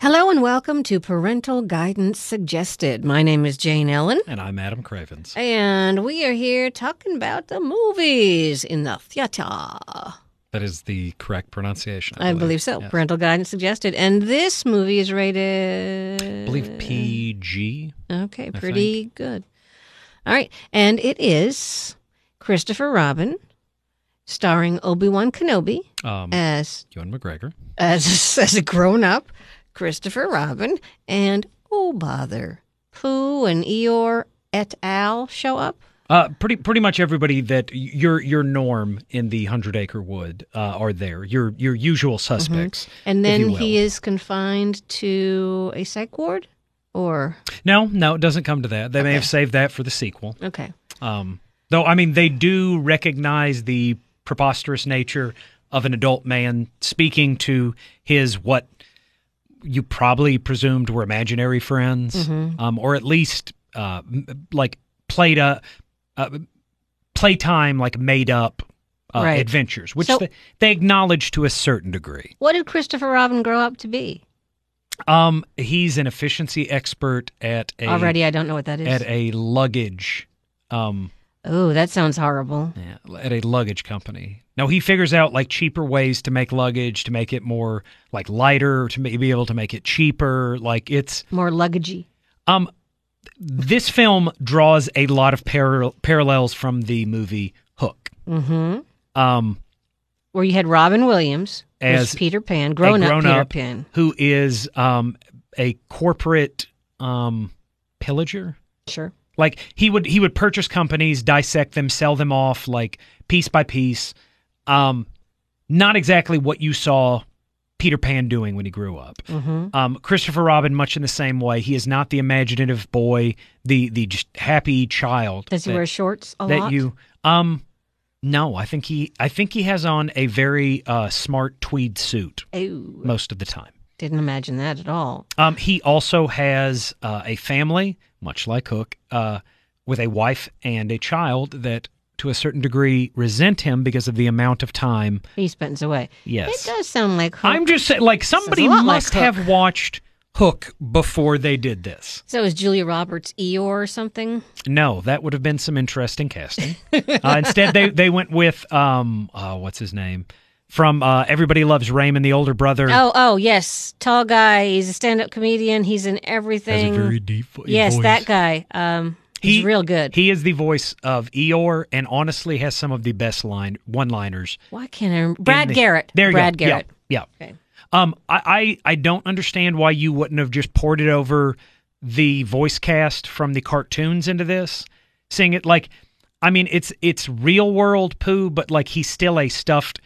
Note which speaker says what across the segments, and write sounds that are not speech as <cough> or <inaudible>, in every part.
Speaker 1: Hello and welcome to Parental Guidance Suggested. My name is Jane Ellen,
Speaker 2: And I'm Adam Cravens.
Speaker 1: and we are here talking about the movies in the theater. I,
Speaker 2: That is the correct pronunciation.
Speaker 1: believe, so.
Speaker 2: Yes.
Speaker 1: Parental Guidance Suggested. And this movie is rated.
Speaker 2: I believe PG.
Speaker 1: Okay, pretty good. All right. And it is Christopher Robin starring Obi Wan Kenobi
Speaker 2: Um,
Speaker 1: as
Speaker 2: Ewan McGregor.
Speaker 1: as <laughs> as a grown up, Christopher Robin and oh bother, Pooh and Eeyore et al. show up.
Speaker 2: Uh, pretty pretty much everybody that y- your your norm in the Hundred Acre Wood uh, are there. Your your
Speaker 1: Mm-hmm.
Speaker 2: usual suspects.
Speaker 1: And
Speaker 2: if you
Speaker 1: then
Speaker 2: will.
Speaker 1: he is confined to a psych ward? Or
Speaker 2: No, no, it doesn't come to that. They may have
Speaker 1: Okay.
Speaker 2: saved that for the sequel.
Speaker 1: okay.
Speaker 2: Um, though I mean, they do recognize the preposterous nature of an adult man speaking to his what you probably presumed were imaginary friends,
Speaker 1: Mm-hmm.
Speaker 2: um, or at least uh, m- like played a uh, playtime, like made up uh,
Speaker 1: Right.
Speaker 2: adventures, which
Speaker 1: So-
Speaker 2: they, they acknowledge to a certain degree.
Speaker 1: What did Christopher Robin grow up to be?
Speaker 2: Um, he's an efficiency expert at a
Speaker 1: Already I don't know what that
Speaker 2: at
Speaker 1: is.
Speaker 2: a luggage. Um,
Speaker 1: Oh, that sounds horrible.
Speaker 2: Yeah, at a luggage company. Now he figures out like cheaper ways to make luggage to make it more like lighter to ma- be able to make it cheaper. Like it's
Speaker 1: More luggagey.
Speaker 2: um, this film draws a lot of paral- parallels from the movie Hook.
Speaker 1: Mm-hmm.
Speaker 2: Um,
Speaker 1: Where you had Robin Williams as
Speaker 2: As
Speaker 1: Peter Pan, grown,
Speaker 2: a
Speaker 1: up
Speaker 2: grown
Speaker 1: Peter
Speaker 2: up
Speaker 1: Pan.
Speaker 2: who is um a corporate um pillager.
Speaker 1: Sure.
Speaker 2: Like he would he would purchase companies, dissect them, sell them off like piece by piece. Um not exactly what you saw Peter Pan doing when he grew up.
Speaker 1: Mm-hmm.
Speaker 2: Um Christopher Robin much in the same way. He is not the imaginative boy, the the just happy child.
Speaker 1: Does he
Speaker 2: that,
Speaker 1: wear shorts a
Speaker 2: that
Speaker 1: lot?
Speaker 2: you um no, I think he I think he has on a very uh smart tweed suit
Speaker 1: Ew.
Speaker 2: most of the time.
Speaker 1: Didn't imagine that at all.
Speaker 2: Um, he also has uh, a family, much like Hook, uh, with a wife and a child that, to a certain degree, resent him because of the amount of time.
Speaker 1: He spends away.
Speaker 2: Yes,
Speaker 1: It does sound like Hook.
Speaker 2: I'm just saying, like somebody
Speaker 1: lot like
Speaker 2: must
Speaker 1: Hook.
Speaker 2: have watched Hook before they did this.
Speaker 1: So is Julia Roberts Eeyore or something?
Speaker 2: No, that would have been some
Speaker 1: <laughs>
Speaker 2: interesting casting. uh, instead, they they went with um, uh, what's his name from uh, Everybody Loves Raymond, the older brother.
Speaker 1: Oh, oh, yes. Tall guy. He's a stand up comedian. He's in
Speaker 2: Has a
Speaker 1: everything.
Speaker 2: very deep vo-
Speaker 1: yes,
Speaker 2: voice.
Speaker 1: that guy. Um, he's
Speaker 2: He-
Speaker 1: real good.
Speaker 2: He is the voice of Eeyore and honestly has some of the best line one-liners.
Speaker 1: Why can't I remember?
Speaker 2: in
Speaker 1: Brad
Speaker 2: the-
Speaker 1: Garrett.
Speaker 2: There you
Speaker 1: Brad
Speaker 2: go.
Speaker 1: Garrett.
Speaker 2: Yeah. yeah.
Speaker 1: Okay.
Speaker 2: Um I, I I don't understand why you wouldn't have just ported over the voice cast from the cartoons into this. Seeing it like I mean it's it's real world poo but like he's still a stuffed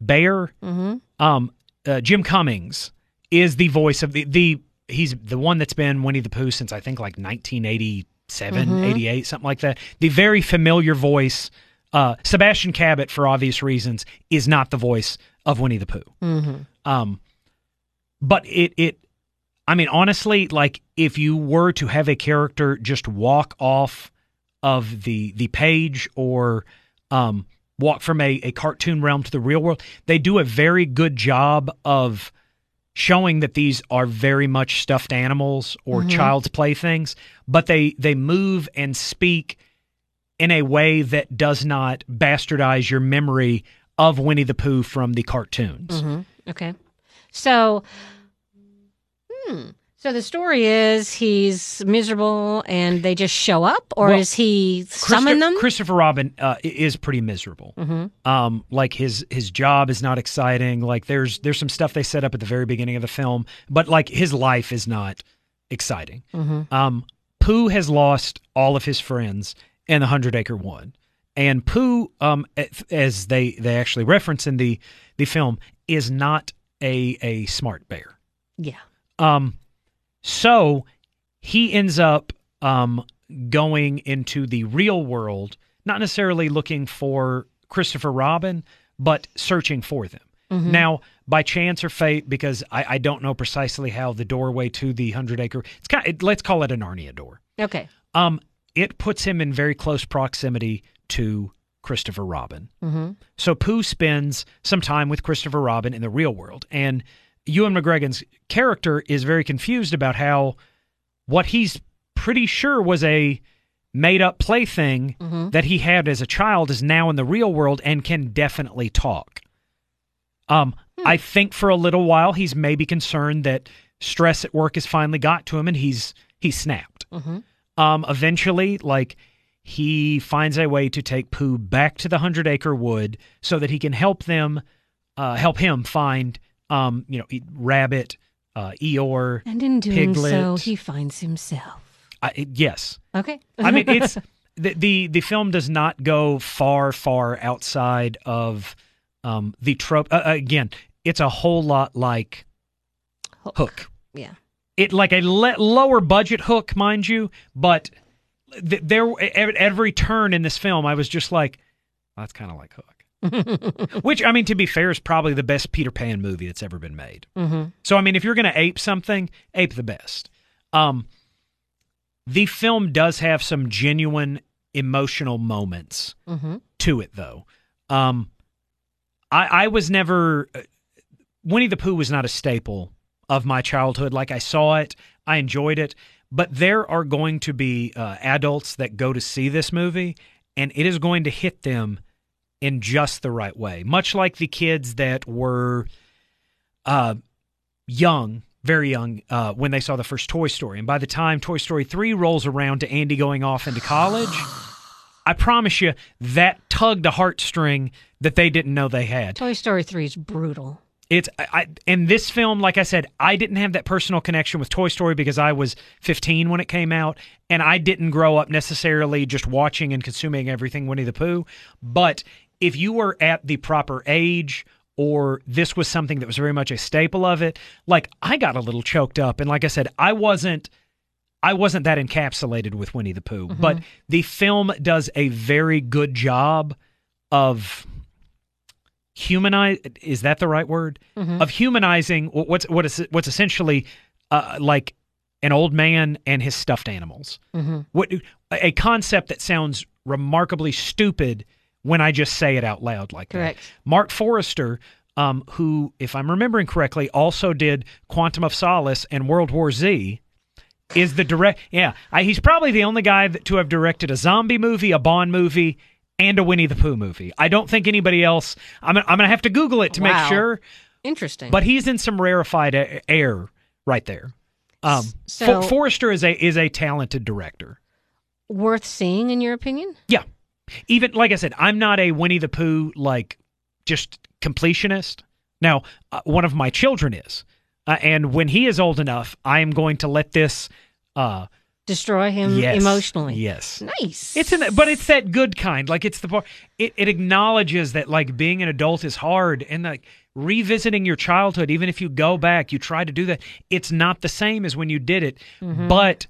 Speaker 2: bear.
Speaker 1: Mm-hmm.
Speaker 2: Um uh, Jim Cummings is the voice of the the he's the one that's been Winnie the Pooh since I think like 1987,
Speaker 1: Mhm.
Speaker 2: 88, something like that. The very familiar voice uh Sebastian Cabot for obvious reasons is not the voice of Winnie the Pooh.
Speaker 1: Mm-hmm.
Speaker 2: Um, but it it, I mean, honestly, like if you were to have a character just walk off of the the page or um walk from a, a cartoon realm to the real world, they do a very good job of showing that these are very much stuffed animals or
Speaker 1: Mhm.
Speaker 2: child's playthings, but they they move and speak in a way that does not bastardize your memory of Winnie the Pooh from the cartoons.
Speaker 1: Mm-hmm. Okay. So, hmm. So the story is he's miserable and they just show up, or
Speaker 2: Well,
Speaker 1: is he summon
Speaker 2: Christo-
Speaker 1: them?
Speaker 2: Christopher Robin uh, i- is pretty miserable.
Speaker 1: mm-hmm.
Speaker 2: Um, like his his job is not exciting. Like there's there's some stuff they set up at the very beginning of the film, but like his life is not exciting.
Speaker 1: Mm-hmm.
Speaker 2: Um, Pooh has lost all of his friends in the Hundred Acre Wood, and Pooh, um, a- as they they actually reference in the the film, is not a a smart bear.
Speaker 1: Yeah.
Speaker 2: Um, so he ends up um, going into the real world, not necessarily looking for Christopher Robin, but searching for them.
Speaker 1: Mhm.
Speaker 2: Now, by chance or fate, because I, I don't know precisely how the doorway to the Hundred Acre, it's kind of, let's call it a Narnia door.
Speaker 1: Okay.
Speaker 2: Um, it puts him in very close proximity to Christopher Robin.
Speaker 1: Mm-hmm.
Speaker 2: So Pooh spends some time with Christopher Robin in the real world, and Ewan McGregor's character is very confused about how what he's pretty sure was a made up plaything
Speaker 1: Mhm.
Speaker 2: that he had as a child is now in the real world and can definitely talk. Um, I think for a little while he's maybe concerned that stress at work has finally got to him and he's he snapped.
Speaker 1: Mhm.
Speaker 2: Um, eventually, like he finds a way to take Pooh back to the Hundred Acre Wood so that he can help them, uh, help him find, um, you know, Rabbit, uh, Eeyore.
Speaker 1: And in doing so,
Speaker 2: Piglet.
Speaker 1: he finds himself.
Speaker 2: I, yes,
Speaker 1: Okay.
Speaker 2: I
Speaker 1: <laughs>
Speaker 2: mean, it's the, the the film does not go far far outside of um, the trope. Uh, uh, again, it's a whole lot like
Speaker 1: Hook.
Speaker 2: Hook.
Speaker 1: Yeah. <laughs>
Speaker 2: It like a le- lower budget Hook, mind you, but th- there at every turn in this film, I was just like, that's kind of like Hook.
Speaker 1: Mm-hmm.
Speaker 2: Which I mean, to be fair, is probably the best Peter Pan movie that's ever been made.
Speaker 1: hmm
Speaker 2: So I mean, if you're going to ape something, ape the best. Um, the film does have some genuine emotional moments
Speaker 1: hmm
Speaker 2: to it, though. Um, I, I was never uh, Winnie the Pooh was not a staple of my childhood. Like I saw it, I enjoyed it, but there are going to be uh, adults that go to see this movie, and it is going to hit them in just the right way. Much like the kids that were uh, young, very young, uh, when they saw the first Toy Story, and by the time Toy Story three rolls around to Andy going off into college. I promise you, that tugged a heartstring that they didn't know they had.
Speaker 1: Toy Story 3 is brutal.
Speaker 2: It's I, I and this film, like I said, I didn't have that personal connection with Toy Story because I was 15 when it came out, and I didn't grow up necessarily just watching and consuming everything Winnie the Pooh. But if you were at the proper age, or this was something that was very much a staple of it, like I got a little choked up, and like I said, I wasn't. I wasn't that encapsulated with Winnie the Pooh, but the film does a very good job of humanize is that the right word
Speaker 1: Mm-hmm.
Speaker 2: of humanizing wh- what's what is what's essentially uh, like an old man and his stuffed animals
Speaker 1: Mhm.
Speaker 2: what a concept that sounds remarkably stupid when i just say it out loud like
Speaker 1: Correct.
Speaker 2: that mark forrester um, who if i'm remembering correctly also did quantum of solace and world war z is the direct yeah I, he's probably the only guy that, to have directed a zombie movie a bond movie and a winnie the pooh movie i don't think anybody else i'm, gonna- I'm gonna have to google it to
Speaker 1: Wow.
Speaker 2: make sure
Speaker 1: Interesting.
Speaker 2: but he's in some rarefied a- air right there um
Speaker 1: S-
Speaker 2: For-
Speaker 1: so-
Speaker 2: forrester is a is a talented director
Speaker 1: worth seeing, in your opinion?
Speaker 2: yeah even like i said i'm not a winnie the pooh like just completionist now uh, one of my children is uh, and when he is old enough i am going to let this uh
Speaker 1: Destroy him
Speaker 2: yes,
Speaker 1: emotionally.
Speaker 2: yes
Speaker 1: Nice.
Speaker 2: It's an, but it's that good kind. Like it's the part. It, it acknowledges that like being an adult is hard, and like revisiting your childhood, even if you go back, you try to do that. It's not the same as when you did it, but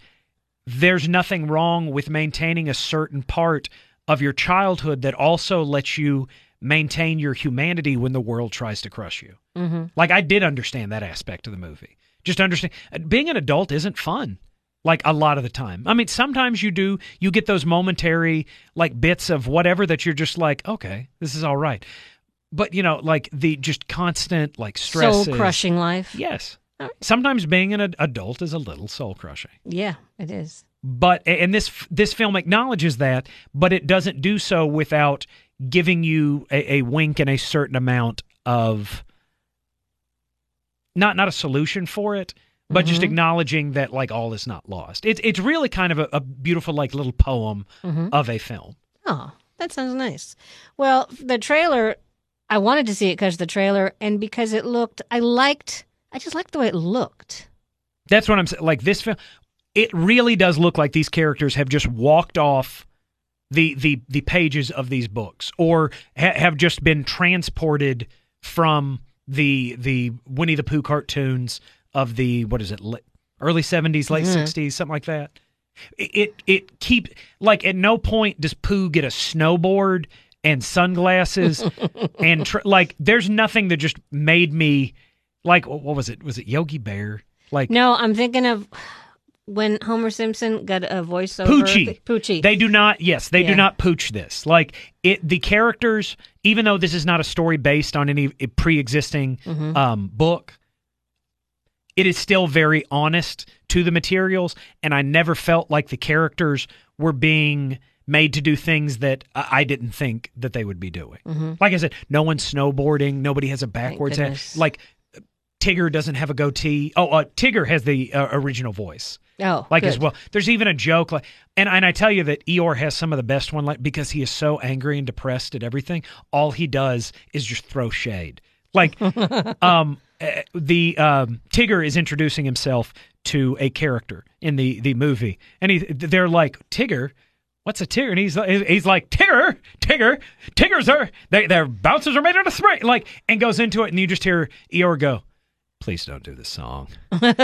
Speaker 2: there's nothing wrong with maintaining a certain part of your childhood that also lets you maintain your humanity when the world tries to crush you.
Speaker 1: hmm
Speaker 2: Like I did understand that aspect of the movie. Just understand being an adult isn't fun. Like a lot of the time. I mean, sometimes you do you get those momentary like bits of whatever that you're just like, okay, this is all right. But you know, like the just constant like stress
Speaker 1: Soul crushing life.
Speaker 2: Yes.
Speaker 1: All right.
Speaker 2: Sometimes being an ad- adult is a little soul crushing
Speaker 1: Yeah, it is.
Speaker 2: but and this this film acknowledges that, but it doesn't do so without giving you a, a wink and a certain amount of not not a solution for it, but just acknowledging that like all is not lost. It's it's really kind of a, a beautiful like little poem of a film.
Speaker 1: Mm-hmm. Oh, that sounds nice. Well, the trailer, I wanted to see it because the trailer and because it looked, I liked, I just liked the way it looked.
Speaker 2: That's what I'm saying. Like this film, it really does look like these characters have just walked off the the the pages of these books, or ha- have just been transported from the the Winnie the Pooh cartoons of the what is it le- early seventies, late 60s something like that. It, it it keep like at no point does Pooh get a snowboard and sunglasses and tr- like there's nothing that just made me like what was it was it Yogi Bear like
Speaker 1: No, I'm thinking of when Homer Simpson got a voiceover.
Speaker 2: Poochie.
Speaker 1: Poochie.
Speaker 2: They do not. Yes, they
Speaker 1: Yeah.
Speaker 2: do not pooch this. Like it, the
Speaker 1: Mm-hmm.
Speaker 2: characters, even though this is not a story based on any pre-existing um, book, it is still very honest to the materials, and I never felt like the characters were being made to do things that I I didn't think that they would be doing.
Speaker 1: hmm
Speaker 2: Like I said, no one's snowboarding. Nobody has a backwards head.
Speaker 1: goodness.
Speaker 2: Like Tigger doesn't have a goatee. Oh, uh, Tigger has the uh, original voice.
Speaker 1: Oh,
Speaker 2: Like
Speaker 1: good.
Speaker 2: as well, there's even a joke like, and and I tell you that Eeyore has some of the best one like because he is so angry and depressed at everything. All he does is just throw shade. Like, um, eh, the um, Tigger is introducing himself to a character in the the movie, and he they're like Tigger. What's a Tigger? And he's he's like Tigger, Tigger, Tiggers are they their bouncers are made out of spray. Like and goes into it, and you just hear Eeyore go, "Please don't do this song." and like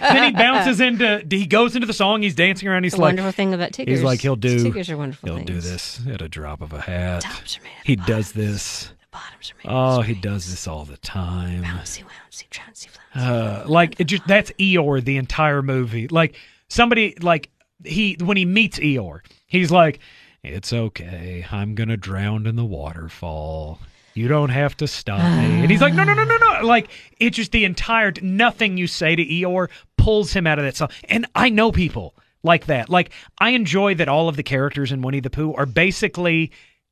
Speaker 2: then
Speaker 1: <laughs>
Speaker 2: he bounces into he goes into the song. He's dancing around. He's
Speaker 1: The
Speaker 2: like
Speaker 1: wonderful thing about tickers.
Speaker 2: he's like, he'll do-
Speaker 1: Tickers are wonderful.
Speaker 2: he'll do
Speaker 1: things.
Speaker 2: this at a drop of a hat.
Speaker 1: Tops are made.
Speaker 2: He
Speaker 1: of
Speaker 2: does this.
Speaker 1: bottom- Bottoms are made.
Speaker 2: Oh,
Speaker 1: of
Speaker 2: he does this all the time.
Speaker 1: Bouncy, bouncy, trouncy, flouncy.
Speaker 2: Uh, like it just that's Eeyore the entire movie. Like somebody like he when he meets Eeyore, he's like, "It's okay. I'm going to drown in the waterfall. You don't have to stop me." And he's like, "No, no, no, no, no." Like it's just the entire nothing you say to Eeyore pulls him out of that song. And I know people like that. Like I enjoy that all of the characters in Winnie the Pooh are basically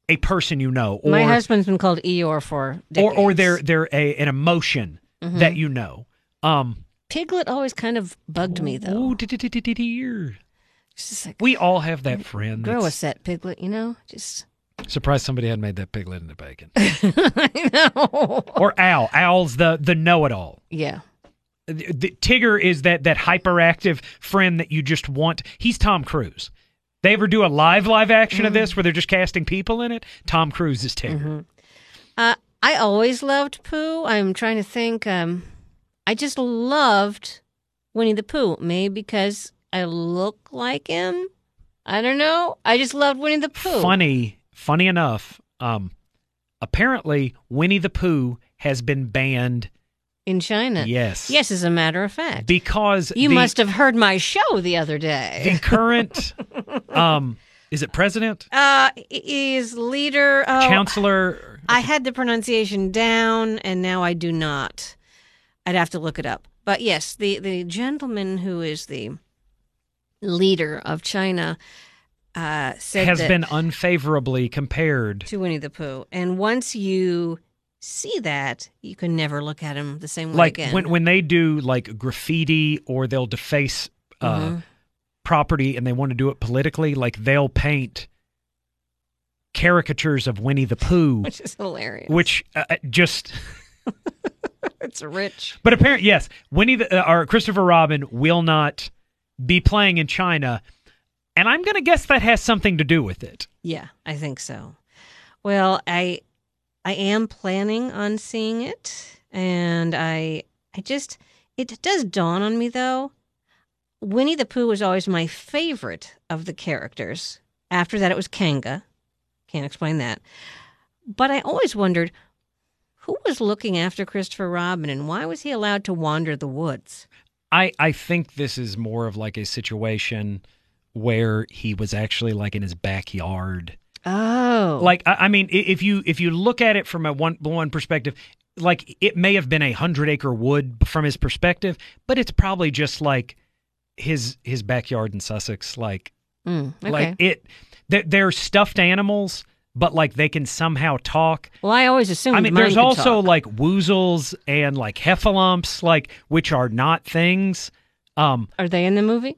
Speaker 2: a person you know uh, or
Speaker 1: My husband's been called Eeyore for
Speaker 2: or
Speaker 1: decades.
Speaker 2: or they're they're a an emotion that you know. Um,
Speaker 1: Piglet always kind of bugged me though.
Speaker 2: ooh, dee-dee-dee-dee-dee-er.
Speaker 1: It's just like,
Speaker 2: we all have that friend.
Speaker 1: grow a
Speaker 2: that's-
Speaker 1: set, Piglet. You know, just <laughs>
Speaker 2: Surprised somebody hadn't made that piglet into bacon. <laughs>
Speaker 1: I know.
Speaker 2: or Al. Al's the the know it all.
Speaker 1: Yeah,
Speaker 2: The, the- Tigger is that that hyperactive friend that you just want. He's Tom Cruise. They ever do a live live action
Speaker 1: Mm.
Speaker 2: of this where they're just casting people in it? Tom Cruise is Tigger.
Speaker 1: uh, I always loved Pooh. I'm trying to think. Um, I just loved Winnie the Pooh, maybe because I look like him. I don't know. I just loved Winnie the Pooh.
Speaker 2: Funny, funny enough, um, apparently Winnie the Pooh has been banned.
Speaker 1: in China.
Speaker 2: Yes.
Speaker 1: Yes, as a matter of fact.
Speaker 2: Because
Speaker 1: you
Speaker 2: the-
Speaker 1: must have heard my show the other day. <laughs>
Speaker 2: the current um is it president
Speaker 1: Uh, is leader. Oh,
Speaker 2: chancellor
Speaker 1: I had the pronunciation down, and now I do not. I'd have to look it up. But yes, the the gentleman who is the leader of China uh, said
Speaker 2: has
Speaker 1: that
Speaker 2: been unfavorably compared
Speaker 1: to Winnie the Pooh, and once you see that, you can never look at him the same way
Speaker 2: like
Speaker 1: again.
Speaker 2: when when they do like graffiti or they'll deface uh
Speaker 1: Mm-hmm.
Speaker 2: property and they want to do it politically like they'll paint caricatures of Winnie the Pooh
Speaker 1: <laughs> which is hilarious.
Speaker 2: which uh, uh, just
Speaker 1: it's rich.
Speaker 2: but apparently yes Winnie the uh, or Christopher Robin will not be playing in China and I'm going to guess that has something to do with it
Speaker 1: Yeah, I think so. Well, I I am planning on seeing it and I I just it does dawn on me though. Winnie the Pooh was always my favorite of the characters. After that it was Kanga. Can't explain that. But I always wondered who was looking after Christopher Robin and why was he allowed to wander the woods?
Speaker 2: I I think this is more of like a situation where he was actually like in his backyard.
Speaker 1: Oh.
Speaker 2: Like I, I mean, i- if you if you look at it from a one one perspective, like it may have been a hundred acre wood from his perspective, but it's probably just like his his backyard in Sussex. Like
Speaker 1: Mm, okay.
Speaker 2: like it, they're, they're stuffed animals, but like they can somehow talk.
Speaker 1: well, I always assumed
Speaker 2: I mean,
Speaker 1: mine
Speaker 2: there's
Speaker 1: could
Speaker 2: also
Speaker 1: talk.
Speaker 2: like woozles and like heffalumps, like which are not things. Um,
Speaker 1: Are they in the movie?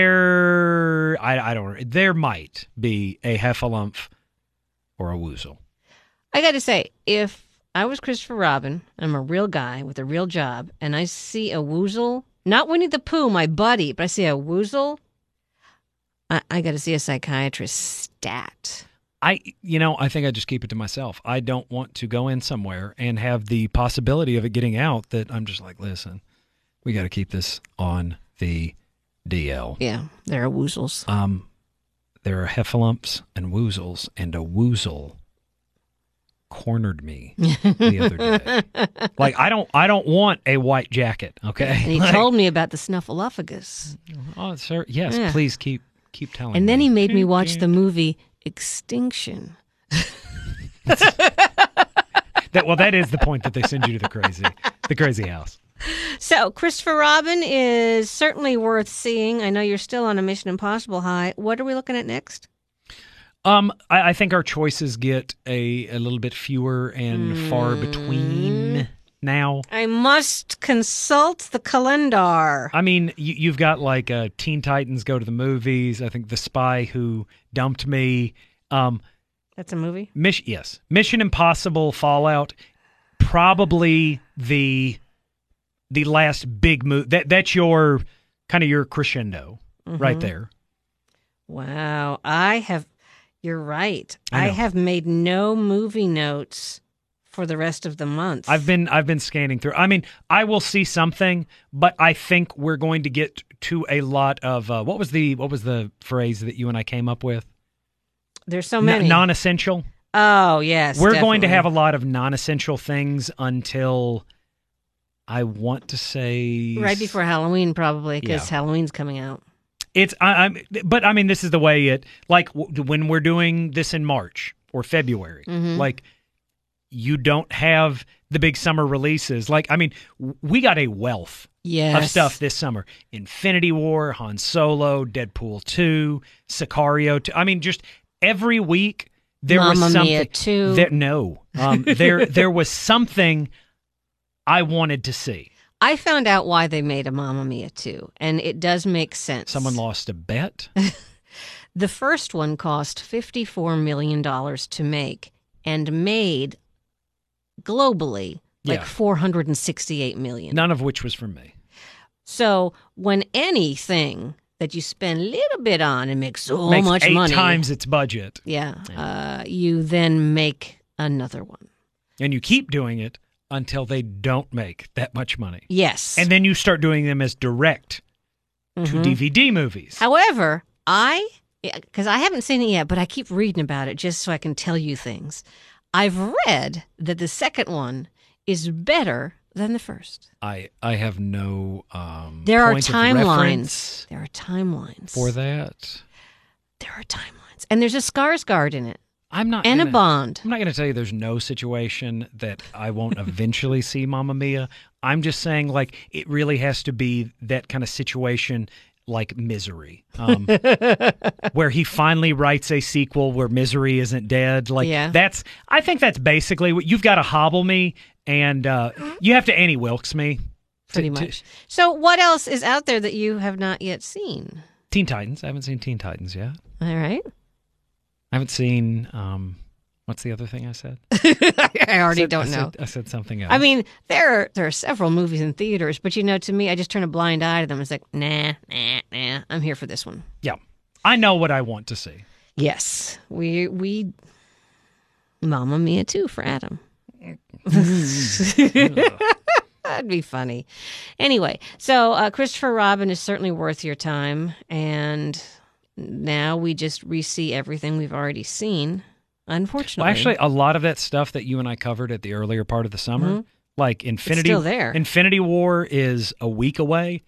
Speaker 2: there I, I don't there might be a heffalump or a woozle.
Speaker 1: I got to say, if I was Christopher Robin, I'm a real guy with a real job, and I see a woozle, not Winnie the Pooh, my buddy, but I see a woozle, I, I got to see a psychiatrist stat.
Speaker 2: I you know, I think I just keep it to myself. I don't want to go in somewhere and have the possibility of it getting out that I'm just like, listen, we gotta keep this on the DL.
Speaker 1: Yeah, there are woozles.
Speaker 2: Um there are heffalumps and woozles and a woozle cornered me the other day. like I don't I don't want a white jacket, okay?
Speaker 1: And he
Speaker 2: <laughs> Like-
Speaker 1: told me about the snuffleupagus.
Speaker 2: Oh, sir. Yes,
Speaker 1: Yeah.
Speaker 2: please keep keep telling.
Speaker 1: And then
Speaker 2: me.
Speaker 1: he made me watch the movie Extinction.
Speaker 2: that well, that is the point that they send you to the crazy the crazy house.
Speaker 1: So, Christopher Robin is certainly worth seeing. I know you're still on a Mission Impossible high. What are we looking at next?
Speaker 2: Um, I, I think our choices get a, a little bit fewer and far
Speaker 1: Mm.
Speaker 2: between now.
Speaker 1: I must consult the calendar.
Speaker 2: I mean, you, you've got like uh, Teen Titans go to the movies. I think The Spy Who Dumped Me. Um,
Speaker 1: That's a movie.
Speaker 2: Mission, yes, Mission Impossible Fallout. Probably the the last big movie. That that's your kind of your crescendo
Speaker 1: Mm-hmm.
Speaker 2: right there.
Speaker 1: Wow. I have, you're right.
Speaker 2: I
Speaker 1: I,
Speaker 2: know.
Speaker 1: have made no movie notes for the rest of the month.
Speaker 2: I've been I've been scanning through. I mean, I will see something, but I think we're going to get to a lot of uh, what was the what was the phrase that you and I came up with?
Speaker 1: There's so many.
Speaker 2: non essential.
Speaker 1: oh, yes.
Speaker 2: We're going to
Speaker 1: definitely.
Speaker 2: have a lot of non essential things until I want to say
Speaker 1: right before Halloween, probably because
Speaker 2: Yeah.
Speaker 1: Halloween's coming out.
Speaker 2: It's I, I'm, but I mean, this is the way it like w- when we're doing this in March or February,
Speaker 1: Mm-hmm.
Speaker 2: like you don't have the big summer releases. Like, I mean, w- we got a wealth
Speaker 1: Yes.
Speaker 2: of stuff this summer: Infinity War, Han Solo, Deadpool two, Sicario. 2. I mean, just every week there was
Speaker 1: Mamma
Speaker 2: something.
Speaker 1: Mia 2.
Speaker 2: There, no, um,
Speaker 1: <laughs>
Speaker 2: there there was something I wanted to see.
Speaker 1: I found out why they made a Mamma Mia too, and it does make sense.
Speaker 2: Someone lost a bet.
Speaker 1: <laughs> The first one cost $54 million to make and made globally like
Speaker 2: Yeah.
Speaker 1: $468 million.
Speaker 2: None of which was from me.
Speaker 1: So when anything that you spend a little bit on and makes so
Speaker 2: Makes
Speaker 1: much
Speaker 2: eight
Speaker 1: money,
Speaker 2: times its budget.
Speaker 1: yeah, Uh, you then make another one.
Speaker 2: and you keep doing it until they don't make that much money.
Speaker 1: Yes.
Speaker 2: And then you start doing them as direct
Speaker 1: Mhm.
Speaker 2: to DVD movies.
Speaker 1: However, I because I haven't seen it yet, but I keep reading about it just so I can tell you things. I've read that the second one is better than the first.
Speaker 2: I I have no um
Speaker 1: There are
Speaker 2: point of
Speaker 1: timelines.
Speaker 2: reference
Speaker 1: There are timelines.
Speaker 2: for that.
Speaker 1: there are timelines, and there's a Skarsgård in it,
Speaker 2: I'm not
Speaker 1: and a
Speaker 2: gonna-
Speaker 1: Bond.
Speaker 2: I'm not going to tell you there's no situation that I won't eventually see Mamma Mia. I'm just saying, like, it really has to be that kind of situation, like Misery,
Speaker 1: <laughs>
Speaker 2: um, where he finally writes a sequel where Misery isn't dead. Like,
Speaker 1: Yeah.
Speaker 2: that's, I think that's basically what you've got to hobble me and uh,
Speaker 1: Mm-hmm.
Speaker 2: you have to Annie Wilkes me. to-
Speaker 1: Pretty
Speaker 2: to-
Speaker 1: much. So, what else is out there that you have not yet seen?
Speaker 2: Teen Titans. I haven't seen Teen Titans yet.
Speaker 1: All right,
Speaker 2: I haven't seen, um, what's the other thing I said?
Speaker 1: <laughs> I already
Speaker 2: I said-
Speaker 1: don't
Speaker 2: I
Speaker 1: know.
Speaker 2: said- I said something else.
Speaker 1: I mean, there are there are several movies in theaters, but you know, to me, I just turn a blind eye to them. It's like, nah, nah, nah. I'm here for this one.
Speaker 2: yeah. I know what I want to <laughs> see.
Speaker 1: Yes, we we, Mamma Mia too for Adam. <laughs> That'd be funny. Anyway, so uh, Christopher Robin is certainly worth your time, and now we just re-see everything we've already seen. Unfortunately,
Speaker 2: Well, actually, a lot of that stuff that you and I covered at the earlier part of the summer, like Infinity,
Speaker 1: Mm-hmm. still there.
Speaker 2: Infinity War is a week away.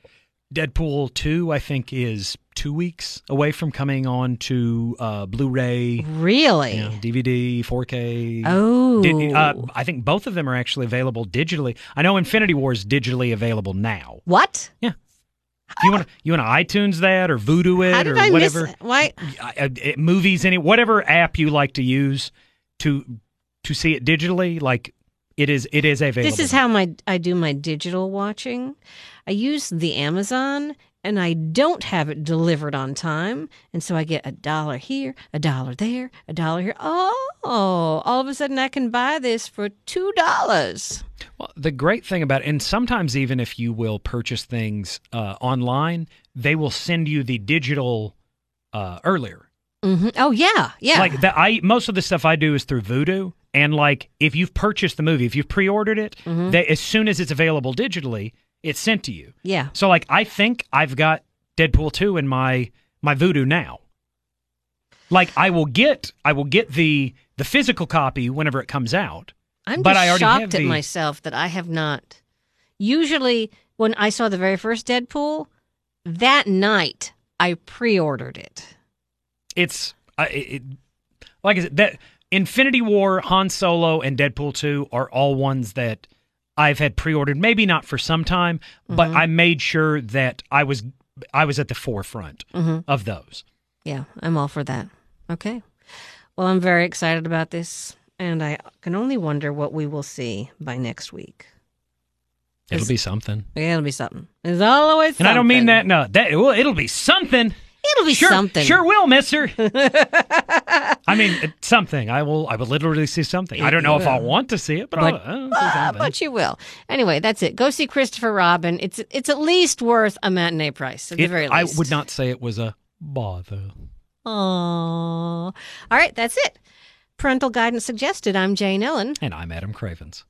Speaker 2: Deadpool two, I think, is two weeks away from coming on to uh, Blu-ray,
Speaker 1: really,
Speaker 2: you know, DVD, 4K.
Speaker 1: oh,
Speaker 2: Di- uh, I think both of them are actually available digitally. I know Infinity War is digitally available now.
Speaker 1: what?
Speaker 2: Do you want to you want to iTunes that or Voodoo it
Speaker 1: How
Speaker 2: or
Speaker 1: did I
Speaker 2: whatever?
Speaker 1: miss? Why?
Speaker 2: I- I- it- movies any whatever app you like to use to to see it digitally like it is it is available
Speaker 1: This is how my I do my digital watching. I use the Amazon and I don't have it delivered on time, and so I get a dollar here, a dollar there, a dollar here. Oh, all of a sudden I can buy this for two dollars.
Speaker 2: well, the great thing about and sometimes even if you will purchase things uh, online they will send you the digital uh, earlier
Speaker 1: hmm Oh yeah, yeah.
Speaker 2: like the, i most of the stuff i do is through voodoo and like if you've purchased the movie if you've pre-ordered it
Speaker 1: Mm-hmm.
Speaker 2: they, as soon as it's available digitally it's sent to you
Speaker 1: yeah.
Speaker 2: so like I think I've got Deadpool 2 in my my voodoo now. Like I will get I will get the the physical copy whenever it comes out.
Speaker 1: I'm
Speaker 2: But
Speaker 1: just
Speaker 2: I already have
Speaker 1: shocked at
Speaker 2: the-
Speaker 1: myself that I have not. Usually, when I saw the very first Deadpool, that night I pre-ordered it.
Speaker 2: It's I it, like I said that Infinity War, Han Solo and Deadpool 2 are all ones that I've had pre-ordered, maybe not for some time, but
Speaker 1: Mhm.
Speaker 2: I made sure that I was I was at the forefront
Speaker 1: hmm
Speaker 2: of those.
Speaker 1: Yeah, I'm all for that. Okay. Well, I'm very excited about this, and I can only wonder what we will see by next week.
Speaker 2: It'll
Speaker 1: Is-
Speaker 2: be something.
Speaker 1: Yeah, it'll be something. It's always
Speaker 2: And I don't mean that
Speaker 1: something.
Speaker 2: no. That well, it'll be something.
Speaker 1: It'll be
Speaker 2: sure,
Speaker 1: something.
Speaker 2: Sure will, mister.
Speaker 1: <laughs>
Speaker 2: I mean, it- something. I will I will literally see something. I don't know if I
Speaker 1: Yeah.
Speaker 2: want to see it, but,
Speaker 1: But-
Speaker 2: I'll, I'll see
Speaker 1: Ah,
Speaker 2: something.
Speaker 1: but you will. Anyway, that's it. Go see Christopher Robin. It's it's at least worth a matinee price at the
Speaker 2: It-
Speaker 1: very
Speaker 2: I
Speaker 1: least.
Speaker 2: would not say it was a bother.
Speaker 1: Aww. All right, that's it. Parental guidance suggested. I'm Jane Ellen.
Speaker 2: And I'm Adam Cravens.